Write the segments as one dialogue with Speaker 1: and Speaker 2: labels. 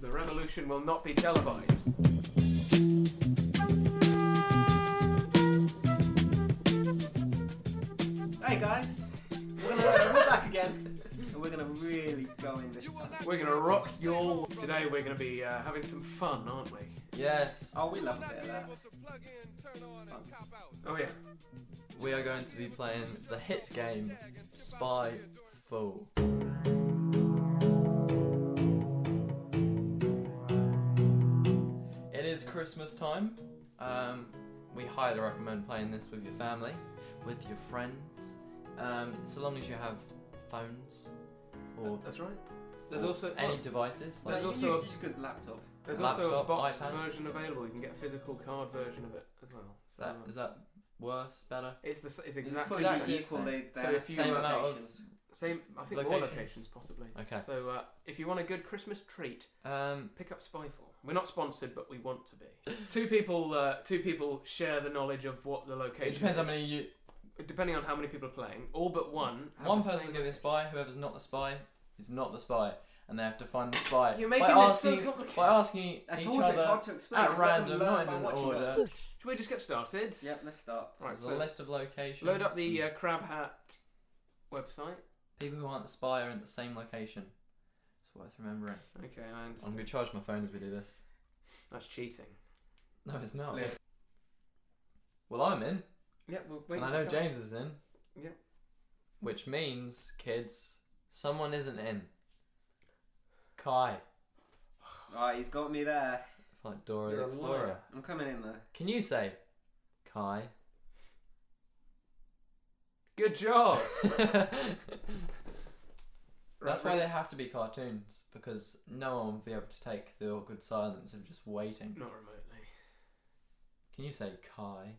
Speaker 1: The revolution will not be televised.
Speaker 2: Hey guys, we're, gonna, we're back again, and we're gonna really go in this time.
Speaker 1: We're gonna rock your. Today we're gonna be uh, having some fun, aren't we?
Speaker 3: Yes,
Speaker 2: Oh, we love a bit of that.
Speaker 1: Oh yeah.
Speaker 3: we are going to be playing the hit game Spy Fool. It is Christmas time. Um, we highly recommend playing this with your family, with your friends, um, so long as you have phones or
Speaker 1: Oh, That's right. There's
Speaker 3: or
Speaker 1: also
Speaker 3: any devices.
Speaker 2: No,
Speaker 3: Like
Speaker 2: you
Speaker 1: There's
Speaker 2: can
Speaker 1: also-
Speaker 2: use just a good laptop.
Speaker 1: there's also a
Speaker 3: laptop,
Speaker 1: boxed
Speaker 3: iPads.
Speaker 1: version available. You can get a physical card version of it as well.
Speaker 3: is that
Speaker 1: um,
Speaker 3: is that worse, better?
Speaker 1: it's the s- it's
Speaker 2: It's
Speaker 1: exactly
Speaker 2: probably
Speaker 1: the
Speaker 3: Exactly.
Speaker 2: equal. They,
Speaker 1: So
Speaker 2: they're
Speaker 1: if
Speaker 2: the
Speaker 1: you-
Speaker 2: same
Speaker 3: Same amount of-
Speaker 2: locations.
Speaker 1: same. I think more
Speaker 3: Locations.
Speaker 1: locations possibly.
Speaker 3: Okay.
Speaker 1: So uh, if you want a good Christmas treat,
Speaker 3: Um,
Speaker 1: pick up Spyfall. We're not sponsored, but we want to be. two people. Uh, two people share the knowledge of what the location.
Speaker 3: it depends
Speaker 1: is.
Speaker 3: how many you
Speaker 1: Depending on how many people are playing, all but one. Have
Speaker 3: One
Speaker 1: the
Speaker 3: person
Speaker 1: same-
Speaker 3: can be a spy. Whoever's not the spy is not the spy, and they have to find the spy
Speaker 1: You're
Speaker 3: by
Speaker 1: making this so
Speaker 3: asking-
Speaker 1: complicated.
Speaker 3: by asking
Speaker 2: I
Speaker 3: each
Speaker 2: told you it's
Speaker 3: other
Speaker 2: hard to explain.
Speaker 3: at
Speaker 2: Just let them
Speaker 3: random,
Speaker 2: learn
Speaker 3: not in
Speaker 2: by
Speaker 3: an
Speaker 2: watching
Speaker 3: order.
Speaker 2: us.
Speaker 3: So
Speaker 1: Should we just get started?
Speaker 2: Yep, let's start.
Speaker 1: Right.
Speaker 3: There's a
Speaker 1: so
Speaker 3: list of locations.
Speaker 1: load up the
Speaker 3: and
Speaker 1: uh, Crab Hat website.
Speaker 3: people who aren't the spy are in the same location. It's worth remembering.
Speaker 1: Okay, I
Speaker 3: I'm
Speaker 1: understand.
Speaker 3: gonna charge my phone as we do this.
Speaker 1: That's cheating.
Speaker 3: No, it's not.
Speaker 2: Live.
Speaker 3: Well, I'm in,
Speaker 1: Yeah, well, wait
Speaker 3: and I
Speaker 1: for
Speaker 3: know
Speaker 1: that.
Speaker 3: James is in.
Speaker 1: Yep.
Speaker 3: Which means, kids, someone isn't in. Kai,
Speaker 2: Right, he's got me there.
Speaker 3: If like Dora
Speaker 1: You're
Speaker 3: the
Speaker 1: a
Speaker 3: Explorer.
Speaker 1: liar.
Speaker 2: I'm coming in there.
Speaker 3: Can you say, Kai?
Speaker 1: Good
Speaker 3: Oh.
Speaker 1: job. Right,
Speaker 3: That's why
Speaker 1: right.
Speaker 3: they have to be cartoons because no one will be able to take the awkward silence of just waiting.
Speaker 1: Not remotely.
Speaker 3: Can you say Kai?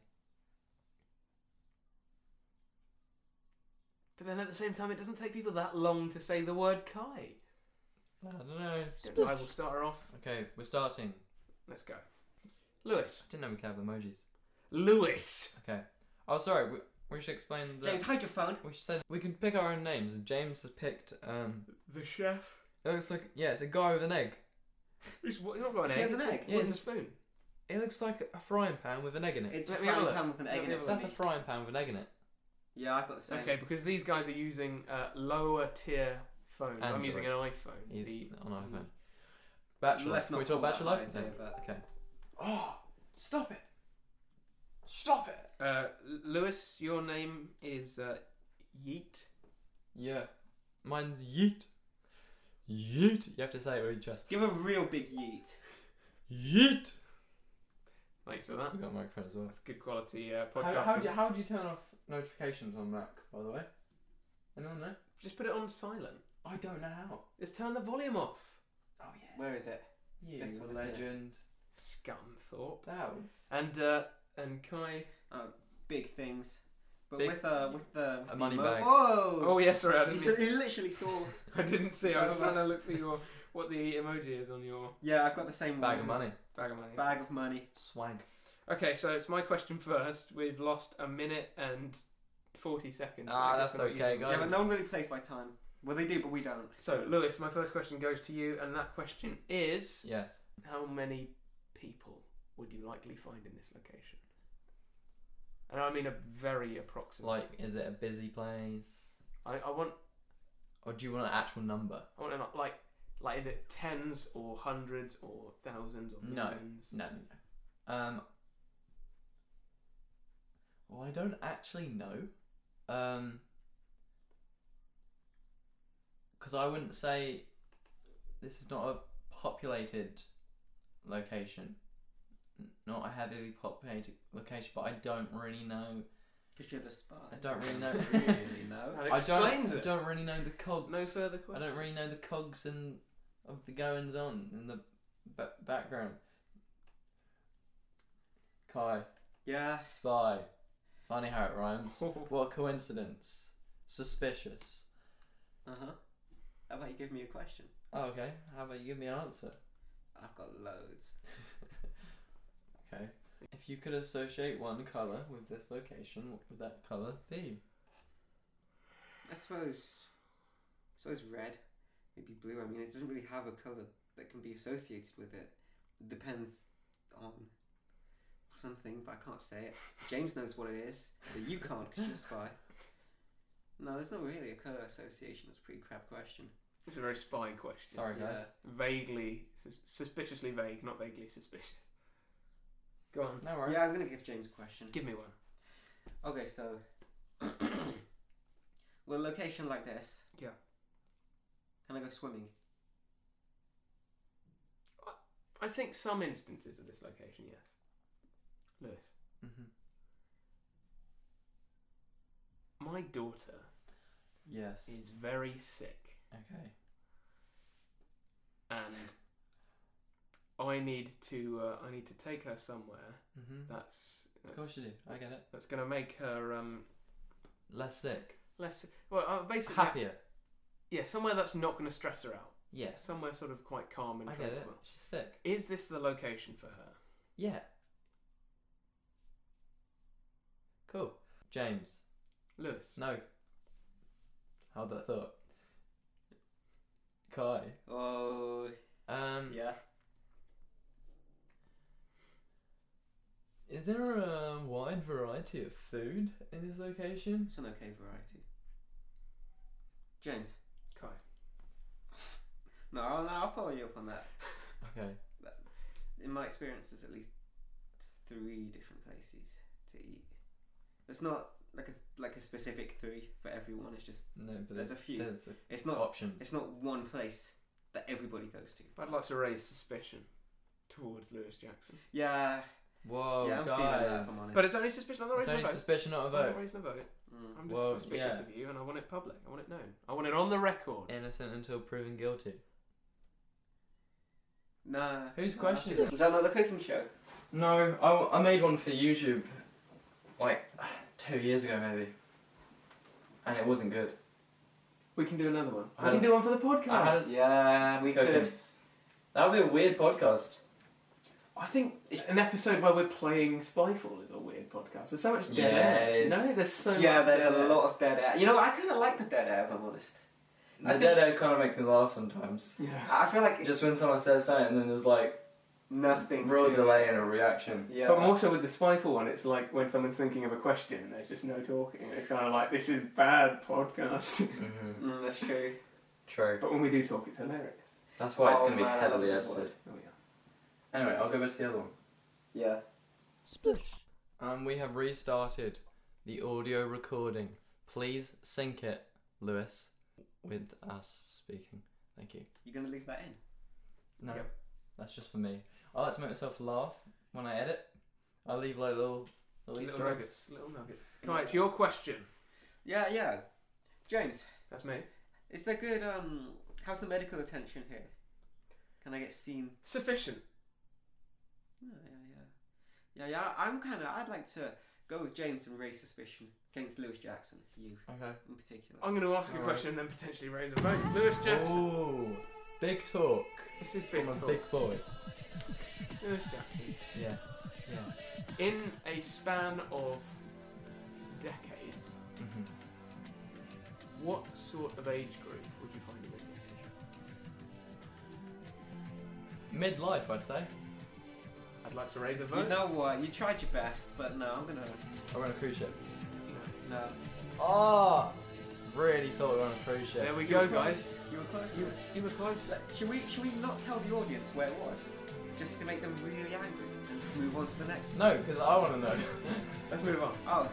Speaker 1: But then at the same time, it doesn't take people that long to say the word Kai.
Speaker 3: I don't know.
Speaker 1: Don't I will start her off.
Speaker 3: Okay, we're starting.
Speaker 1: Let's go. Lewis.
Speaker 3: I didn't know we could have emojis.
Speaker 1: Lewis.
Speaker 3: Okay. Oh, sorry. We, we should explain the.
Speaker 2: James, hide your phone.
Speaker 3: We should say we can pick our own names. And James has picked. Um.
Speaker 1: The chef.
Speaker 3: It looks like yeah, it's a guy with an egg.
Speaker 1: He's, what, he's not got an
Speaker 2: He
Speaker 1: egg.
Speaker 2: has an
Speaker 1: it's a-
Speaker 2: egg.
Speaker 1: What is
Speaker 3: Yeah.
Speaker 1: a spoon?
Speaker 3: It looks like a frying pan with an egg in it.
Speaker 2: It's
Speaker 1: Let
Speaker 2: a
Speaker 1: me have a
Speaker 2: frying
Speaker 1: look.
Speaker 2: pan with an
Speaker 1: Let
Speaker 2: egg in
Speaker 1: me
Speaker 2: it.
Speaker 1: have a
Speaker 2: for
Speaker 3: That's a
Speaker 2: me.
Speaker 3: frying pan with an egg in it.
Speaker 2: Yeah, I've got the same.
Speaker 1: Okay, because these guys are using uh, lower tier phones. I'm
Speaker 3: Android.
Speaker 1: using an iPhone.
Speaker 3: He's
Speaker 1: the,
Speaker 3: on iPhone. Bachelor.
Speaker 2: Mm. Let's
Speaker 3: Can
Speaker 2: not
Speaker 3: we talk
Speaker 2: call that
Speaker 3: bachelor life?
Speaker 2: idea,
Speaker 3: No.
Speaker 2: but-
Speaker 3: Okay.
Speaker 1: oh, stop it.
Speaker 3: Stop it.
Speaker 1: Uh, Lewis, your name is uh, Yeet.
Speaker 3: Yeah. Mine's yeet. Yeet. You have to say it with your chest.
Speaker 2: Give a real big yeet.
Speaker 3: Yeet.
Speaker 1: Thanks for that.
Speaker 3: We've got a microphone as well.
Speaker 1: That's good quality uh, podcasting.
Speaker 3: How, how, do you, how do you turn off notifications on Mac, by the way? Anyone know?
Speaker 1: Just put it on silent.
Speaker 3: I don't know how.
Speaker 1: Just turn the volume off.
Speaker 3: Oh, yeah.
Speaker 2: Where is it?
Speaker 3: You
Speaker 2: This one, isn't it?
Speaker 3: legend.
Speaker 1: Scunthorpe.
Speaker 3: That was...
Speaker 1: And uh, and Kai.
Speaker 2: Big things. But
Speaker 3: Big-
Speaker 2: with the with the with
Speaker 3: A
Speaker 2: the
Speaker 3: money
Speaker 2: emo-
Speaker 3: bag.
Speaker 2: Whoa!
Speaker 1: Oh yeah, sorry, I
Speaker 2: you,
Speaker 1: didn't.
Speaker 2: just, you literally saw.
Speaker 1: I didn't see.
Speaker 2: It's
Speaker 1: I was
Speaker 2: over.
Speaker 1: trying to look for your what the emoji is on your
Speaker 2: Yeah, I've got the same one.
Speaker 3: Bag of money.
Speaker 1: bag of money.
Speaker 2: Bag of money.
Speaker 3: Swag.
Speaker 1: Okay, so it's my question first. We've lost a minute and forty seconds.
Speaker 3: Ah,
Speaker 1: I guess
Speaker 3: that's
Speaker 1: we're not
Speaker 3: okay,
Speaker 1: using-
Speaker 3: guys.
Speaker 2: Yeah, but no one really plays by time. Well, they do, but we don't.
Speaker 1: So Lewis, my first question goes to you, and that question is:
Speaker 3: Yes.
Speaker 1: How many people would you likely find in this location? And I mean a very approximate.
Speaker 3: Like, is it a busy place?
Speaker 1: I, I want
Speaker 3: Or do you want an actual number?
Speaker 1: I want to know, like, like, is it tens or hundreds or thousands or
Speaker 3: No.
Speaker 1: millions?
Speaker 3: No, no, no. Um, well, I don't actually know. Um, because I wouldn't say this is not a populated location, N- not a heavily populated location. But I don't really know.
Speaker 2: Because you're the spy.
Speaker 3: I don't really know.
Speaker 2: really know.
Speaker 1: That
Speaker 3: I
Speaker 1: explains
Speaker 3: don't. I
Speaker 1: it.
Speaker 3: don't really know the cogs.
Speaker 1: No further
Speaker 3: I
Speaker 1: questions.
Speaker 3: don't really know the cogs and of the goings on in the ba- background. Kai,
Speaker 2: Yeah.
Speaker 3: spy, funny how it rhymes. what a coincidence? Suspicious.
Speaker 2: Uh huh. How about you give me a question?
Speaker 3: Oh, okay. How about you give me an answer?
Speaker 2: I've got loads.
Speaker 3: okay. If you could associate one color with this location, what would that color be?
Speaker 2: I suppose. I suppose red. Maybe blue. I mean, it doesn't really have a colour that can be associated with it depends on something, but I can't say it. James knows what it is, but you can't because you're a spy. No, there's not really a colour association. That's a pretty crap question.
Speaker 1: It's a very spy question.
Speaker 3: Sorry,
Speaker 2: Yeah.
Speaker 3: guys.
Speaker 1: Vaguely, sus- suspiciously vague, not vaguely suspicious. Go on.
Speaker 3: No worries.
Speaker 2: Yeah, I'm gonna give James a question.
Speaker 1: Give me one.
Speaker 2: Okay, so with a location like this,
Speaker 1: Yeah.
Speaker 2: can I go swimming?
Speaker 1: I think some instances of this location, yes. Lewis,
Speaker 3: hmm
Speaker 1: my daughter
Speaker 3: Yes.
Speaker 1: is very sick
Speaker 3: Okay.
Speaker 1: and I need to uh, I need to take her somewhere
Speaker 3: hmm
Speaker 1: that's
Speaker 3: Of
Speaker 1: that's,
Speaker 3: course you do. I get it.
Speaker 1: that's going to make her um
Speaker 3: Less sick.
Speaker 1: less well uh, basically
Speaker 3: Happier.
Speaker 1: yeah somewhere that's not going to stress her out
Speaker 3: Yes.
Speaker 1: somewhere sort of quite calm and
Speaker 3: I get
Speaker 1: tranquil
Speaker 3: it. She's sick.
Speaker 1: is this the location for her
Speaker 3: Yeah. Cool. James.
Speaker 1: Lewis
Speaker 3: No. How'd that thought? Kai.
Speaker 2: Oh,
Speaker 3: Um,
Speaker 2: yeah.
Speaker 3: Is there a wide variety of food in this location?
Speaker 2: It's an okay variety. James.
Speaker 1: Kai
Speaker 2: No, I'll, no, I'll follow you up on that.
Speaker 3: Okay.
Speaker 2: In my experience, there's at least three different places to eat. It's not like a like a specific three for everyone. It's just
Speaker 3: No, but
Speaker 2: There's a few.
Speaker 3: There's a-
Speaker 2: it's not
Speaker 3: options.
Speaker 2: it's not one place that everybody goes to.
Speaker 1: I'd like to raise suspicion towards Lewis Jackson
Speaker 2: Yeah.
Speaker 3: Whoa,
Speaker 2: Yeah, I'm feeling
Speaker 3: Oh, guys.
Speaker 2: that, if I'm honest.
Speaker 1: but it's only suspicion I'm not
Speaker 3: It's
Speaker 1: raising a
Speaker 3: only
Speaker 1: vote
Speaker 3: suspicion, not a
Speaker 1: I'm not
Speaker 3: vote.
Speaker 1: raising a vote
Speaker 2: Mm.
Speaker 1: I'm just
Speaker 3: Well,
Speaker 1: suspicious
Speaker 3: yeah.
Speaker 1: of you and I want it public I want it known I want it on the record
Speaker 3: Innocent until proven guilty.
Speaker 2: Nah.
Speaker 3: Whose
Speaker 2: nah,
Speaker 3: question
Speaker 2: that's-
Speaker 3: is it?
Speaker 2: Is that not the cooking show?
Speaker 3: No, I, I made one for YouTube, like two years ago maybe, and it wasn't good.
Speaker 1: we can do another one
Speaker 3: I
Speaker 1: I can
Speaker 3: don't-
Speaker 1: do one for the podcast
Speaker 3: I had
Speaker 2: Yeah, we
Speaker 3: Cooking.
Speaker 2: could.
Speaker 3: that would be a weird podcast.
Speaker 1: I think an episode where we're playing Spyfall is a weird podcast. There's so much dead air.
Speaker 3: Yes.
Speaker 1: No, there's so
Speaker 2: Yeah,
Speaker 1: much
Speaker 2: there's
Speaker 1: dead
Speaker 2: a
Speaker 1: air.
Speaker 2: lot of dead air. You know, I kind of like the dead air, if I'm honest. I
Speaker 3: The
Speaker 2: think-
Speaker 3: dead air kind of makes me laugh sometimes.
Speaker 1: Yeah.
Speaker 2: I feel like
Speaker 3: Just when someone says something, and then there's like
Speaker 2: nothing.
Speaker 3: real
Speaker 2: to
Speaker 3: delay and a reaction.
Speaker 2: Yeah.
Speaker 1: But more so with the Spyfall one, it's like when someone's thinking of a question and there's just no talking. It's kind of like, this is bad podcast.
Speaker 3: Mm-hmm.
Speaker 2: Mm, that's true.
Speaker 3: True.
Speaker 1: but when we do talk, it's hilarious.
Speaker 3: That's why it's
Speaker 2: Oh,
Speaker 3: going to be
Speaker 2: man, I
Speaker 3: heavily
Speaker 2: love that
Speaker 3: edited.
Speaker 1: Oh, yeah.
Speaker 3: Anyway, I'll go back to the other one.
Speaker 2: Yeah.
Speaker 3: Um, we have restarted the audio recording. Please sync it, Lewis, with us speaking. Thank you.
Speaker 2: You're gonna leave that in.
Speaker 3: No,
Speaker 1: Yep.
Speaker 3: that's just for me. I like to make myself laugh when I edit. I leave like little,
Speaker 1: Little
Speaker 3: little Easter eggs.
Speaker 1: nuggets. Little nuggets. Kai, it's your question.
Speaker 2: Yeah, yeah. James,
Speaker 1: That's me.
Speaker 2: is there good? Um, how's the medical attention here? Can I get seen?
Speaker 1: Sufficient.
Speaker 2: Oh, Yeah, yeah, yeah. Yeah, yeah. I'm kind of. I'd like to go with James and raise suspicion against Lewis Jackson. You
Speaker 3: Okay.
Speaker 2: in particular.
Speaker 1: I'm going to ask a
Speaker 3: All
Speaker 1: question and then potentially raise a vote. Lewis Jackson.
Speaker 2: Oh.
Speaker 3: Ooh, Oh, big talk
Speaker 1: This is big
Speaker 3: from a
Speaker 1: talk.
Speaker 3: big boy.
Speaker 1: Lewis Jackson.
Speaker 3: Yeah, yeah.
Speaker 1: In a span of decades,
Speaker 3: hmm
Speaker 1: what sort of age group would you find in this location? Mm-hmm.
Speaker 3: Midlife, I'd say.
Speaker 1: I'd like to raise a vote.
Speaker 2: You know what? You tried your best, but no, I'm gonna.
Speaker 3: Or on a cruise ship.
Speaker 2: No.
Speaker 3: Oh, really thought we were on a cruise ship.
Speaker 1: There we
Speaker 2: You
Speaker 1: go,
Speaker 2: were close.
Speaker 1: guys.
Speaker 2: You were close.
Speaker 1: You,
Speaker 2: Lewis.
Speaker 1: you were close.
Speaker 2: Like, Should we? Should we not tell the audience where it was, just to make them really angry and just move on to the next? one?
Speaker 3: No, because I want to know.
Speaker 1: Let's move on.
Speaker 2: Oh,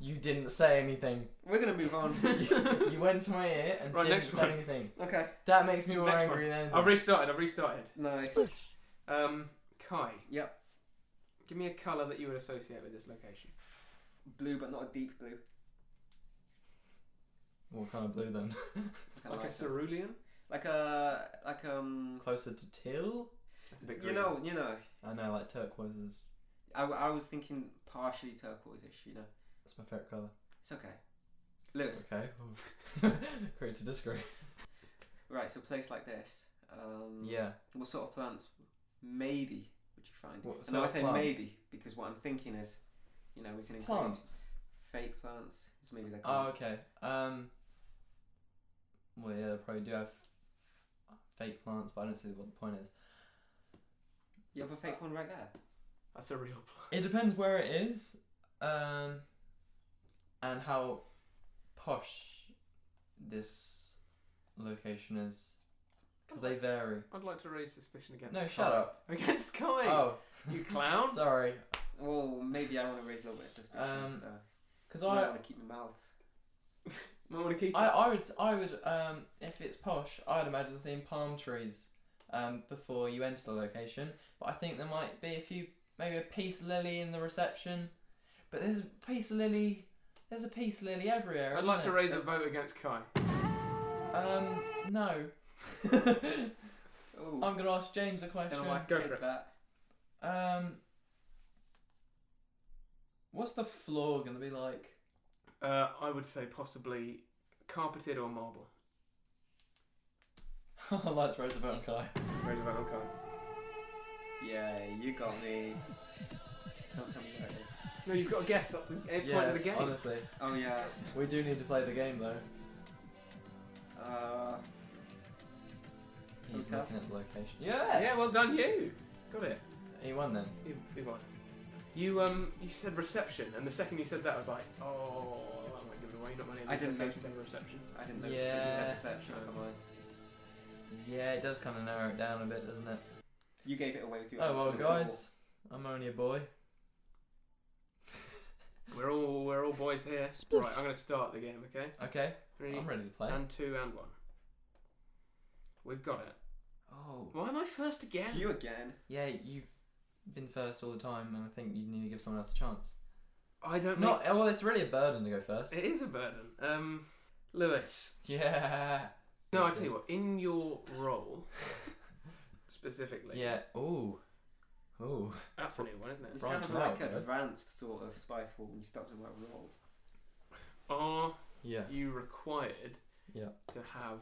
Speaker 3: you didn't say anything.
Speaker 2: we're gonna move on.
Speaker 3: you, you went to my ear and
Speaker 1: Right,
Speaker 3: didn't
Speaker 1: next
Speaker 3: say
Speaker 1: one.
Speaker 3: anything.
Speaker 2: okay.
Speaker 3: That makes me more
Speaker 1: Next one.
Speaker 3: angry than
Speaker 1: I've restarted. I've restarted.
Speaker 2: Nice.
Speaker 1: Um, Kai.
Speaker 2: Yep.
Speaker 1: Give me a colour that you would associate with this location.
Speaker 2: Blue, but not a deep blue.
Speaker 3: What kind of blue then?
Speaker 2: I kinda
Speaker 1: Like a
Speaker 2: that.
Speaker 1: cerulean.
Speaker 2: like a like um
Speaker 3: Closer to teal?
Speaker 1: That's a bit.
Speaker 2: you
Speaker 1: Green.
Speaker 2: know you know
Speaker 3: I know, like turquoise is.
Speaker 2: I, w- I was thinking partially turquoise-ish you know
Speaker 3: That's my favourite colour.
Speaker 2: it's okay Lewis
Speaker 3: Okay. Great to disagree.
Speaker 2: right so a place like this um
Speaker 3: Yeah.
Speaker 2: what sort of plants maybe would you find
Speaker 3: What
Speaker 2: and I
Speaker 3: sort of
Speaker 2: say
Speaker 3: plants?
Speaker 2: maybe because what I'm thinking is you know we can include
Speaker 3: Plants.
Speaker 2: fake plants so maybe they're
Speaker 3: Oh,
Speaker 2: called
Speaker 3: okay. Um. Well, yeah, they probably do have fake plants, but I don't see what the point is.
Speaker 2: You have a fake one right there.
Speaker 1: That's a real plant.
Speaker 3: It depends where it is, um, and how posh this location is. Because they vary.
Speaker 1: I'd like to raise suspicion against.
Speaker 3: No,
Speaker 1: Kai.
Speaker 3: shut up.
Speaker 1: Against Kai.
Speaker 3: Oh,
Speaker 1: You clown.
Speaker 3: sorry.
Speaker 2: Well, maybe I want to raise a little bit of suspicion,
Speaker 3: Um,
Speaker 2: so
Speaker 3: Because
Speaker 2: I
Speaker 3: I,
Speaker 2: want to keep my mouth.
Speaker 1: Might want to keep.
Speaker 3: I,
Speaker 1: it.
Speaker 3: I would, I would, um, if it's posh, I'd imagine seeing palm trees, um, before you enter the location. But I think there might be a few, maybe a peace lily in the reception. But there's a peace lily. There's a peace lily everywhere.
Speaker 1: I'd
Speaker 3: isn't
Speaker 1: like to
Speaker 3: there?
Speaker 1: raise a vote against Kai.
Speaker 3: Um, no.
Speaker 2: Oh,
Speaker 3: I'm gonna ask James a
Speaker 2: don't
Speaker 3: question.
Speaker 2: know what I can
Speaker 1: Go
Speaker 2: say
Speaker 1: for
Speaker 2: to
Speaker 1: it.
Speaker 2: that.
Speaker 3: Um, what's the floor gonna be like?
Speaker 1: Uh, I would say possibly carpeted or marble.
Speaker 3: I'd like to raise a vote on Kai.
Speaker 1: Raise a vote on Kai.
Speaker 2: Yeah, you got me. Don't tell me where it is.
Speaker 1: No, you've got to guess. That's the end
Speaker 3: yeah,
Speaker 1: point of the game.
Speaker 3: honestly,
Speaker 2: Oh yeah.
Speaker 3: we do need to play the game though.
Speaker 2: Uh,
Speaker 3: He's
Speaker 2: Okay.
Speaker 3: looking at the location.
Speaker 1: Yeah.
Speaker 3: Yeah.
Speaker 1: Yeah. Well done, you. Got it.
Speaker 3: He won then.
Speaker 1: You, you won. You um, you said reception, and the second you said that, I was like, oh, I might give it away. You're Not many.
Speaker 2: I didn't
Speaker 1: locations have
Speaker 2: notice.
Speaker 1: reception.
Speaker 2: I didn't notice
Speaker 3: Yeah.
Speaker 2: yeah. the perception. If I'm honest,
Speaker 3: Yeah, it does kind of narrow it down a bit, doesn't it?
Speaker 2: you gave it away with your
Speaker 3: oh
Speaker 2: answer
Speaker 3: well,
Speaker 2: before.
Speaker 3: guys, I'm only a boy.
Speaker 1: We're all we're all boys here. Right, I'm gonna start the game. Okay.
Speaker 3: Okay,
Speaker 1: Three
Speaker 3: I'm ready to play.
Speaker 1: and two and one. We've got it.
Speaker 3: Oh,
Speaker 1: Why am I first again?
Speaker 2: You again?
Speaker 3: yeah, you've been first all the time, and I think you need to give someone else a chance.
Speaker 1: I don't know.
Speaker 3: Not oh, well, it's really a burden to go first.
Speaker 1: It is a burden. Um, Lewis.
Speaker 3: Yeah.
Speaker 1: No, I tell you what. In your role, specifically.
Speaker 3: Yeah. Ooh. Ooh.
Speaker 1: That's a new one, isn't
Speaker 2: You
Speaker 1: it?
Speaker 3: Branch
Speaker 2: sound like
Speaker 3: out, guys.
Speaker 2: an advanced sort of spyfall when you start talking about roles.
Speaker 1: Are
Speaker 3: Yeah.
Speaker 1: you required?
Speaker 3: Yeah.
Speaker 1: to have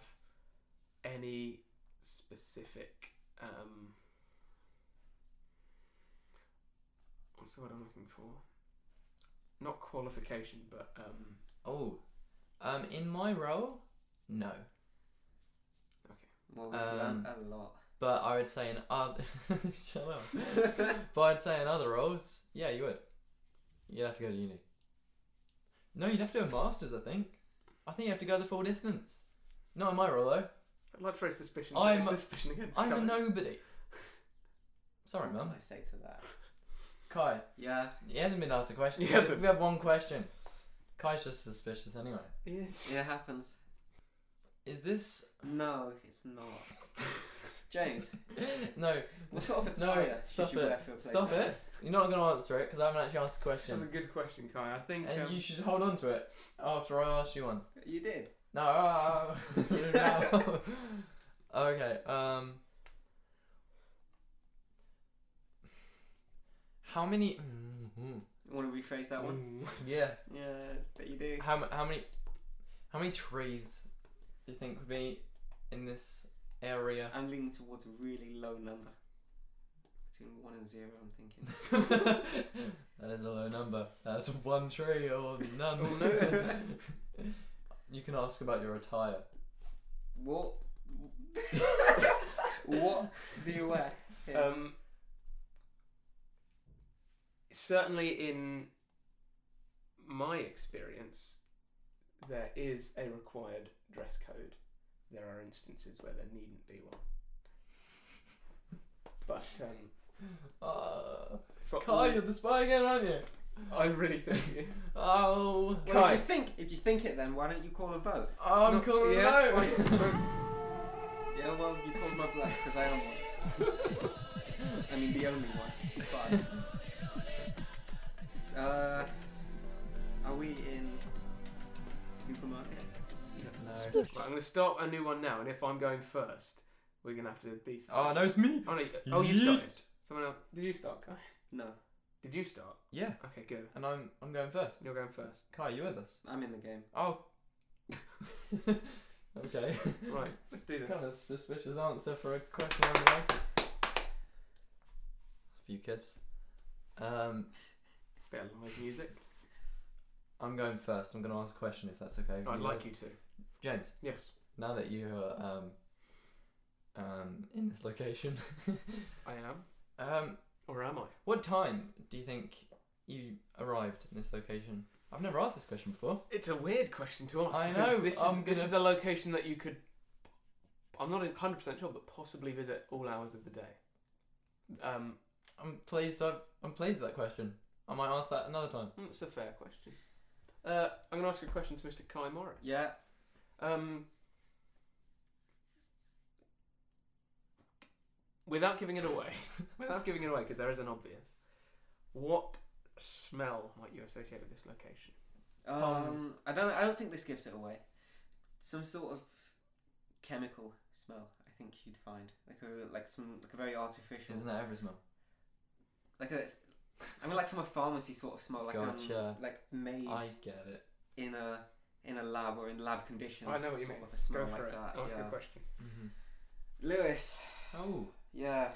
Speaker 1: any specific um what's the word I'm looking for? Not qualification, but um
Speaker 3: Oh. Um. In my role, no.
Speaker 2: Well, we've
Speaker 3: Um,
Speaker 2: learned a lot.
Speaker 3: But I would say in other. Shut up. but I'd say in other roles, yeah, you would. You'd have to go to uni. No, you'd have to do a masters. I think. I think you have to go the full distance. Not in my role though.
Speaker 1: I'd like to raise suspicion
Speaker 3: I'm-
Speaker 1: suspicion against
Speaker 3: I'm a
Speaker 1: Kai.
Speaker 3: nobody. Sorry,
Speaker 2: What
Speaker 3: mum.
Speaker 2: can I say to that?
Speaker 3: Kai.
Speaker 2: Yeah,
Speaker 3: He hasn't been asked a question.
Speaker 1: He hasn't.
Speaker 3: We have one question. Kai's just suspicious anyway.
Speaker 1: Yes.
Speaker 2: it happens.
Speaker 3: Is this
Speaker 2: No, it's not. James,
Speaker 3: no?
Speaker 2: what sort of
Speaker 3: No,
Speaker 2: attire
Speaker 3: stop
Speaker 2: should you wear
Speaker 3: it.
Speaker 2: for a place
Speaker 3: Stop
Speaker 2: like
Speaker 3: it.
Speaker 2: this?
Speaker 3: You're not going to answer it because I haven't actually asked a
Speaker 1: That's a
Speaker 3: question,
Speaker 1: good question, Kai. I think
Speaker 3: and
Speaker 1: um,
Speaker 3: you should hold on to it after I ask you one.
Speaker 2: You did.
Speaker 3: No. uh, no. okay. Um. How many? Mhm.
Speaker 2: Want to rephrase that one?
Speaker 1: Ooh.
Speaker 3: Yeah.
Speaker 2: Yeah, but you do.
Speaker 3: How m- how many? How many trees do you think would be in this area?
Speaker 2: I'm leaning towards a really low number. Between one and zero, I'm thinking.
Speaker 3: that is a low number. That's one tree or none.
Speaker 1: Oh, no.
Speaker 3: you can ask about your attire.
Speaker 2: What? what do you wear? here?
Speaker 1: Um, certainly, in my experience, there is a required dress code. There are instances where there needn't be one. But um,
Speaker 3: Uh,
Speaker 1: for
Speaker 3: Kai, you're the spy again, aren't you?
Speaker 1: all, Oh, I really think you.
Speaker 3: Oh,
Speaker 2: well,
Speaker 1: Kai.
Speaker 2: if you think if you think it, then why don't you call a vote?
Speaker 3: I'm
Speaker 1: Not-
Speaker 3: calling
Speaker 1: yeah,
Speaker 3: it out.
Speaker 1: fine, fine.
Speaker 2: Yeah, well, you called my bluff because I am one. I mean, the only one. It's fine. Uh, are we in supermarket?
Speaker 3: no.
Speaker 1: Right, I'm going to start a new one now, and if I'm going first, we're going to have to be.
Speaker 3: Oh, no, it's me.
Speaker 1: Oh, no, you- oh, you started. Someone else. Did you start, Kai?
Speaker 2: No,
Speaker 1: Did you start?
Speaker 3: Yeah,
Speaker 1: Okay, good.
Speaker 3: and I'm I'm going first.
Speaker 1: You're going first.
Speaker 3: Kai, you with us?
Speaker 2: I'm in the game.
Speaker 3: Oh. okay.
Speaker 1: Right, let's do this.
Speaker 3: Kind of suspicious answer for a question I haven't answered. It's a few kids. Um,
Speaker 1: Bit of live music.
Speaker 3: I'm going first. I'm going to ask a question if that's okay.
Speaker 1: I'd
Speaker 3: You
Speaker 1: like
Speaker 3: guys-
Speaker 1: you to.
Speaker 3: James.
Speaker 1: Yes.
Speaker 3: Now that you are um, uh, in this location.
Speaker 1: I am,
Speaker 3: um,
Speaker 1: or am I?
Speaker 3: what time do you think you arrived in this location? I've never asked this question before.
Speaker 1: It's a weird question to ask.
Speaker 3: I
Speaker 1: because
Speaker 3: know,
Speaker 1: This is,
Speaker 3: I'm
Speaker 1: this
Speaker 3: gonna-
Speaker 1: is a location that you could. I'm not 100 percent sure, but possibly visit all hours of the day. Um,
Speaker 3: I'm pleased. I've, I'm pleased with that question. I might ask that another time.
Speaker 1: mm, that's a fair question. Uh, I'm going to ask a question to Mr. Kai Morris.
Speaker 2: Yeah.
Speaker 1: Um, without giving it away, without giving it away, because there is an obvious. What smell might you associate with this location?
Speaker 2: Um,
Speaker 3: Um,
Speaker 2: I don't. I don't think this gives it away. Some sort of chemical smell. I think you'd find like a like some like a very artificial.
Speaker 3: Isn't that every smell?
Speaker 2: Like a. I mean, like from a pharmacy sort of smell, like um,
Speaker 3: Gotcha.
Speaker 2: like made
Speaker 3: I get it.
Speaker 2: in a in a lab or in lab conditions.
Speaker 1: I know what you
Speaker 2: sort
Speaker 1: mean.
Speaker 2: Of a smell
Speaker 1: Go for
Speaker 2: like
Speaker 1: it.
Speaker 2: that.
Speaker 1: Ask
Speaker 2: yeah.
Speaker 1: a question.
Speaker 3: hmm
Speaker 2: Lewis.
Speaker 3: Oh,
Speaker 2: Yeah.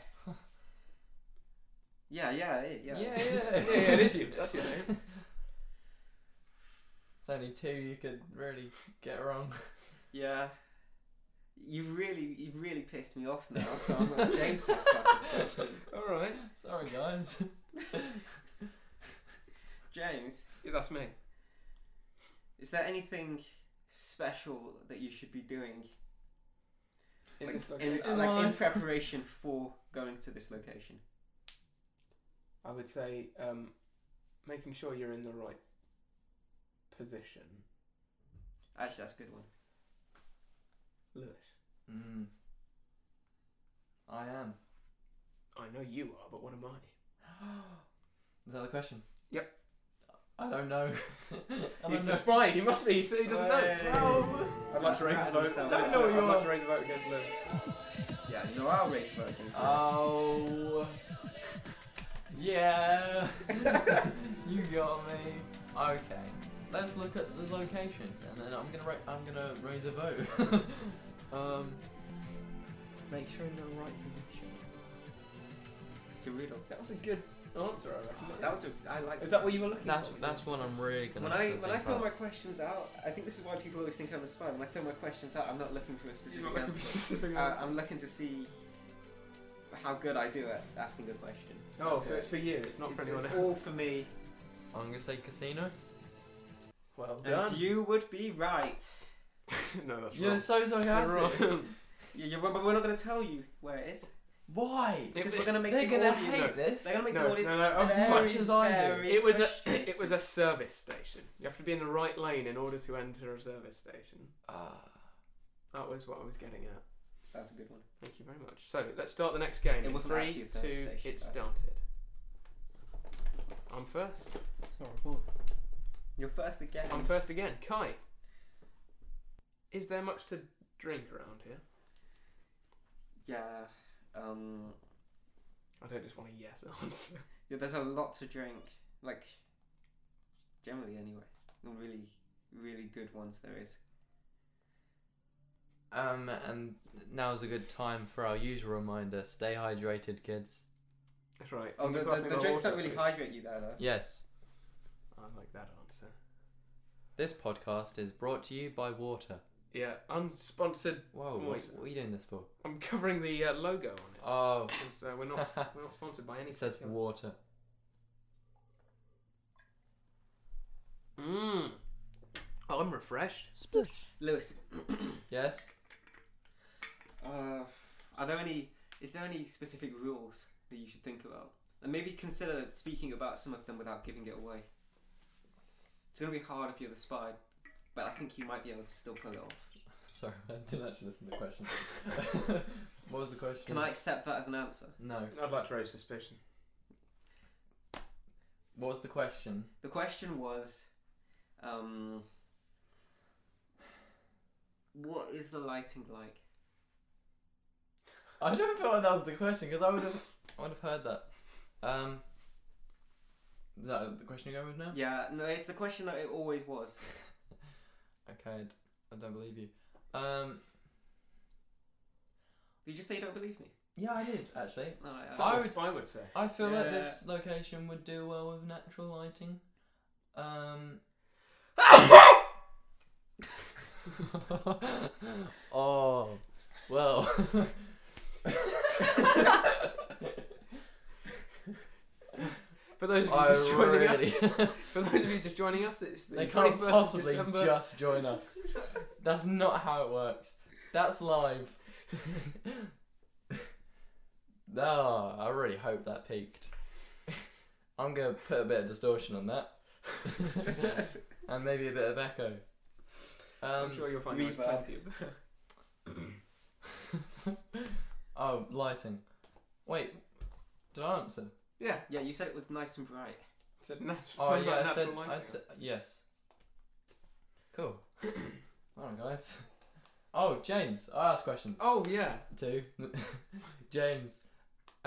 Speaker 2: yeah. Yeah. it-
Speaker 3: yeah,
Speaker 2: Yeah.
Speaker 3: yeah,
Speaker 1: yeah, yeah, it is you. That's your name.
Speaker 3: It's only two you could really get wrong.
Speaker 2: Yeah. You really, you really pissed me off now. So I'm like, James has to have this question.
Speaker 1: All right,
Speaker 3: Sorry, guys.
Speaker 2: James,
Speaker 1: yeah, that's me.
Speaker 2: is there anything special that you should be doing
Speaker 1: In
Speaker 2: like,
Speaker 1: this
Speaker 2: in,
Speaker 1: location,
Speaker 3: In
Speaker 2: like in
Speaker 3: life.
Speaker 2: preparation for going to this location?
Speaker 1: I would say um, making sure you're in the right position.
Speaker 2: Actually, that's a good one.
Speaker 1: Lewis,
Speaker 3: Mm. I am.
Speaker 1: I know you are, but what am I?
Speaker 3: Is that the question?
Speaker 1: Yep.
Speaker 3: I don't know. I
Speaker 1: He's
Speaker 3: don't
Speaker 1: the
Speaker 3: know.
Speaker 1: spy. He must be. He doesn't
Speaker 2: Hey.
Speaker 1: know. I'd like to raise a
Speaker 2: Random
Speaker 1: vote.
Speaker 2: stuff.
Speaker 1: Don't know
Speaker 3: I'd
Speaker 1: you
Speaker 3: like
Speaker 1: are.
Speaker 3: to
Speaker 1: raise a vote against Lewis.
Speaker 2: Yeah, you know I'll rate vote against this.
Speaker 3: Oh. Yeah. you got me. Okay. Let's look at the locations, and then I'm gonna ra- I'm gonna raise a vote. um. Make sure in the right position.
Speaker 2: To Rudolph.
Speaker 1: That was a good answer, I reckon.
Speaker 2: That was a, I like
Speaker 1: Is that what you were looking
Speaker 3: That's
Speaker 1: for?
Speaker 3: that's one I'm really gonna.
Speaker 2: When I
Speaker 3: have to
Speaker 2: when I
Speaker 3: think
Speaker 2: throw
Speaker 3: about.
Speaker 2: my questions out, I think this is why people always think I'm a spy. When I throw my questions out, I'm not looking for a
Speaker 1: You're
Speaker 2: specific
Speaker 1: not looking for a
Speaker 2: answer.
Speaker 1: specific
Speaker 2: Uh,
Speaker 1: answer.
Speaker 2: I'm looking to see how good I do at asking a question.
Speaker 1: Oh,
Speaker 2: That's
Speaker 1: so
Speaker 2: it.
Speaker 1: it's for you. It's not for
Speaker 2: It's-
Speaker 1: anyone
Speaker 2: it's
Speaker 1: else.
Speaker 2: all for me.
Speaker 3: I'm gonna say casino.
Speaker 1: Well
Speaker 2: And
Speaker 1: done.
Speaker 2: you would be right.
Speaker 1: no, that's
Speaker 3: You're so sarcastic.
Speaker 1: You're wrong.
Speaker 2: You- You're wrong, but we're not going to tell you where it is
Speaker 3: Why?
Speaker 2: because
Speaker 1: It-
Speaker 2: we're going to make
Speaker 3: They're
Speaker 2: the
Speaker 3: gonna
Speaker 2: audience.
Speaker 3: hate this.
Speaker 2: They're going to make
Speaker 1: No,
Speaker 2: the audience
Speaker 1: no, no,
Speaker 3: as
Speaker 2: very,
Speaker 3: much as I do.
Speaker 2: very
Speaker 1: It was a
Speaker 2: frustrated.
Speaker 1: it was a service station. You have to be in the right lane in order to enter a service station.
Speaker 3: Ah.
Speaker 1: That was what I was getting at.
Speaker 2: That's a good one.
Speaker 1: Thank you very much. So let's start the next game.
Speaker 2: It
Speaker 1: In
Speaker 2: wasn't
Speaker 1: three,
Speaker 2: actually a service
Speaker 1: two,
Speaker 2: station,
Speaker 1: It
Speaker 2: guys.
Speaker 1: started. I'm first.
Speaker 2: You're first again.
Speaker 1: I'm first again. Kai. Is there much to drink around here?
Speaker 2: Yeah. Um.
Speaker 1: I don't just want a yes answer.
Speaker 2: Yeah, there's a lot to drink. Like, generally, anyway. No really, really good ones there is.
Speaker 3: Um, and now's a good time for our usual reminder: stay hydrated, kids.
Speaker 1: That's right.
Speaker 2: Oh,
Speaker 1: Can
Speaker 2: the,
Speaker 1: you pass me
Speaker 2: the, the
Speaker 1: my
Speaker 2: drinks
Speaker 1: water,
Speaker 2: don't really
Speaker 1: please?
Speaker 2: hydrate you there, though.
Speaker 3: Yes.
Speaker 1: I like that answer.
Speaker 3: This podcast is brought to you by water.
Speaker 1: Yeah, unsponsored.
Speaker 3: Whoa, what,
Speaker 1: Water.
Speaker 3: what are you doing this for?
Speaker 1: I'm covering the uh, logo on it
Speaker 3: Oh,
Speaker 1: because uh, we're not we're not sponsored by any.
Speaker 3: it says
Speaker 1: particular-
Speaker 3: water.
Speaker 1: Mm. Oh, I'm refreshed.
Speaker 2: Lewis,
Speaker 3: Yes.
Speaker 2: uh, are there any? Is there any specific rules that you should think about, and maybe consider speaking about some of them without giving it away? It's gonna be hard if you're the spy, but I think you might be able to still pull it off.
Speaker 3: Sorry, I didn't actually listen to the question. what was the question?
Speaker 2: Can I accept that as an answer?
Speaker 3: No.
Speaker 1: I'd like to raise suspicion.
Speaker 3: What was the question?
Speaker 2: The question was, um, what is the lighting like?
Speaker 3: I don't feel like that was the question because I would have, I would have heard that. Um. Is that the question you're going with now?
Speaker 2: Yeah, no, it's the question that it always was.
Speaker 3: Okay, I d- I don't believe you. Um.
Speaker 2: Did you just say you don't believe me?
Speaker 3: Yeah, I did actually.
Speaker 2: No, I, I,
Speaker 3: So I
Speaker 1: That's
Speaker 3: would-
Speaker 1: what I would say.
Speaker 3: I feel like
Speaker 2: Yeah.
Speaker 3: this location would do well with natural lighting. Um. oh, well.
Speaker 1: For those of you
Speaker 3: I
Speaker 1: just joining
Speaker 3: really-
Speaker 1: us, for those of you just joining us, it's the
Speaker 3: they
Speaker 1: 21st
Speaker 3: can't possibly
Speaker 1: of December.
Speaker 3: just join us. That's not how it works. That's live. Ah, I really hope that peaked. I'm gonna put a bit of distortion on that, and maybe a bit of echo. Um,
Speaker 1: I'm sure you'll find out
Speaker 2: Reverb.
Speaker 1: plenty of that.
Speaker 3: Oh, lighting. Wait, did I answer?
Speaker 1: Yeah.
Speaker 2: yeah, you said it was nice and bright.
Speaker 1: It's a natural,
Speaker 3: Oh
Speaker 1: something about
Speaker 3: yeah, I said,
Speaker 1: natural lighting.
Speaker 3: I said yes. Cool. Alright, guys. Oh, James, I asked questions
Speaker 1: Oh yeah.
Speaker 3: too. James,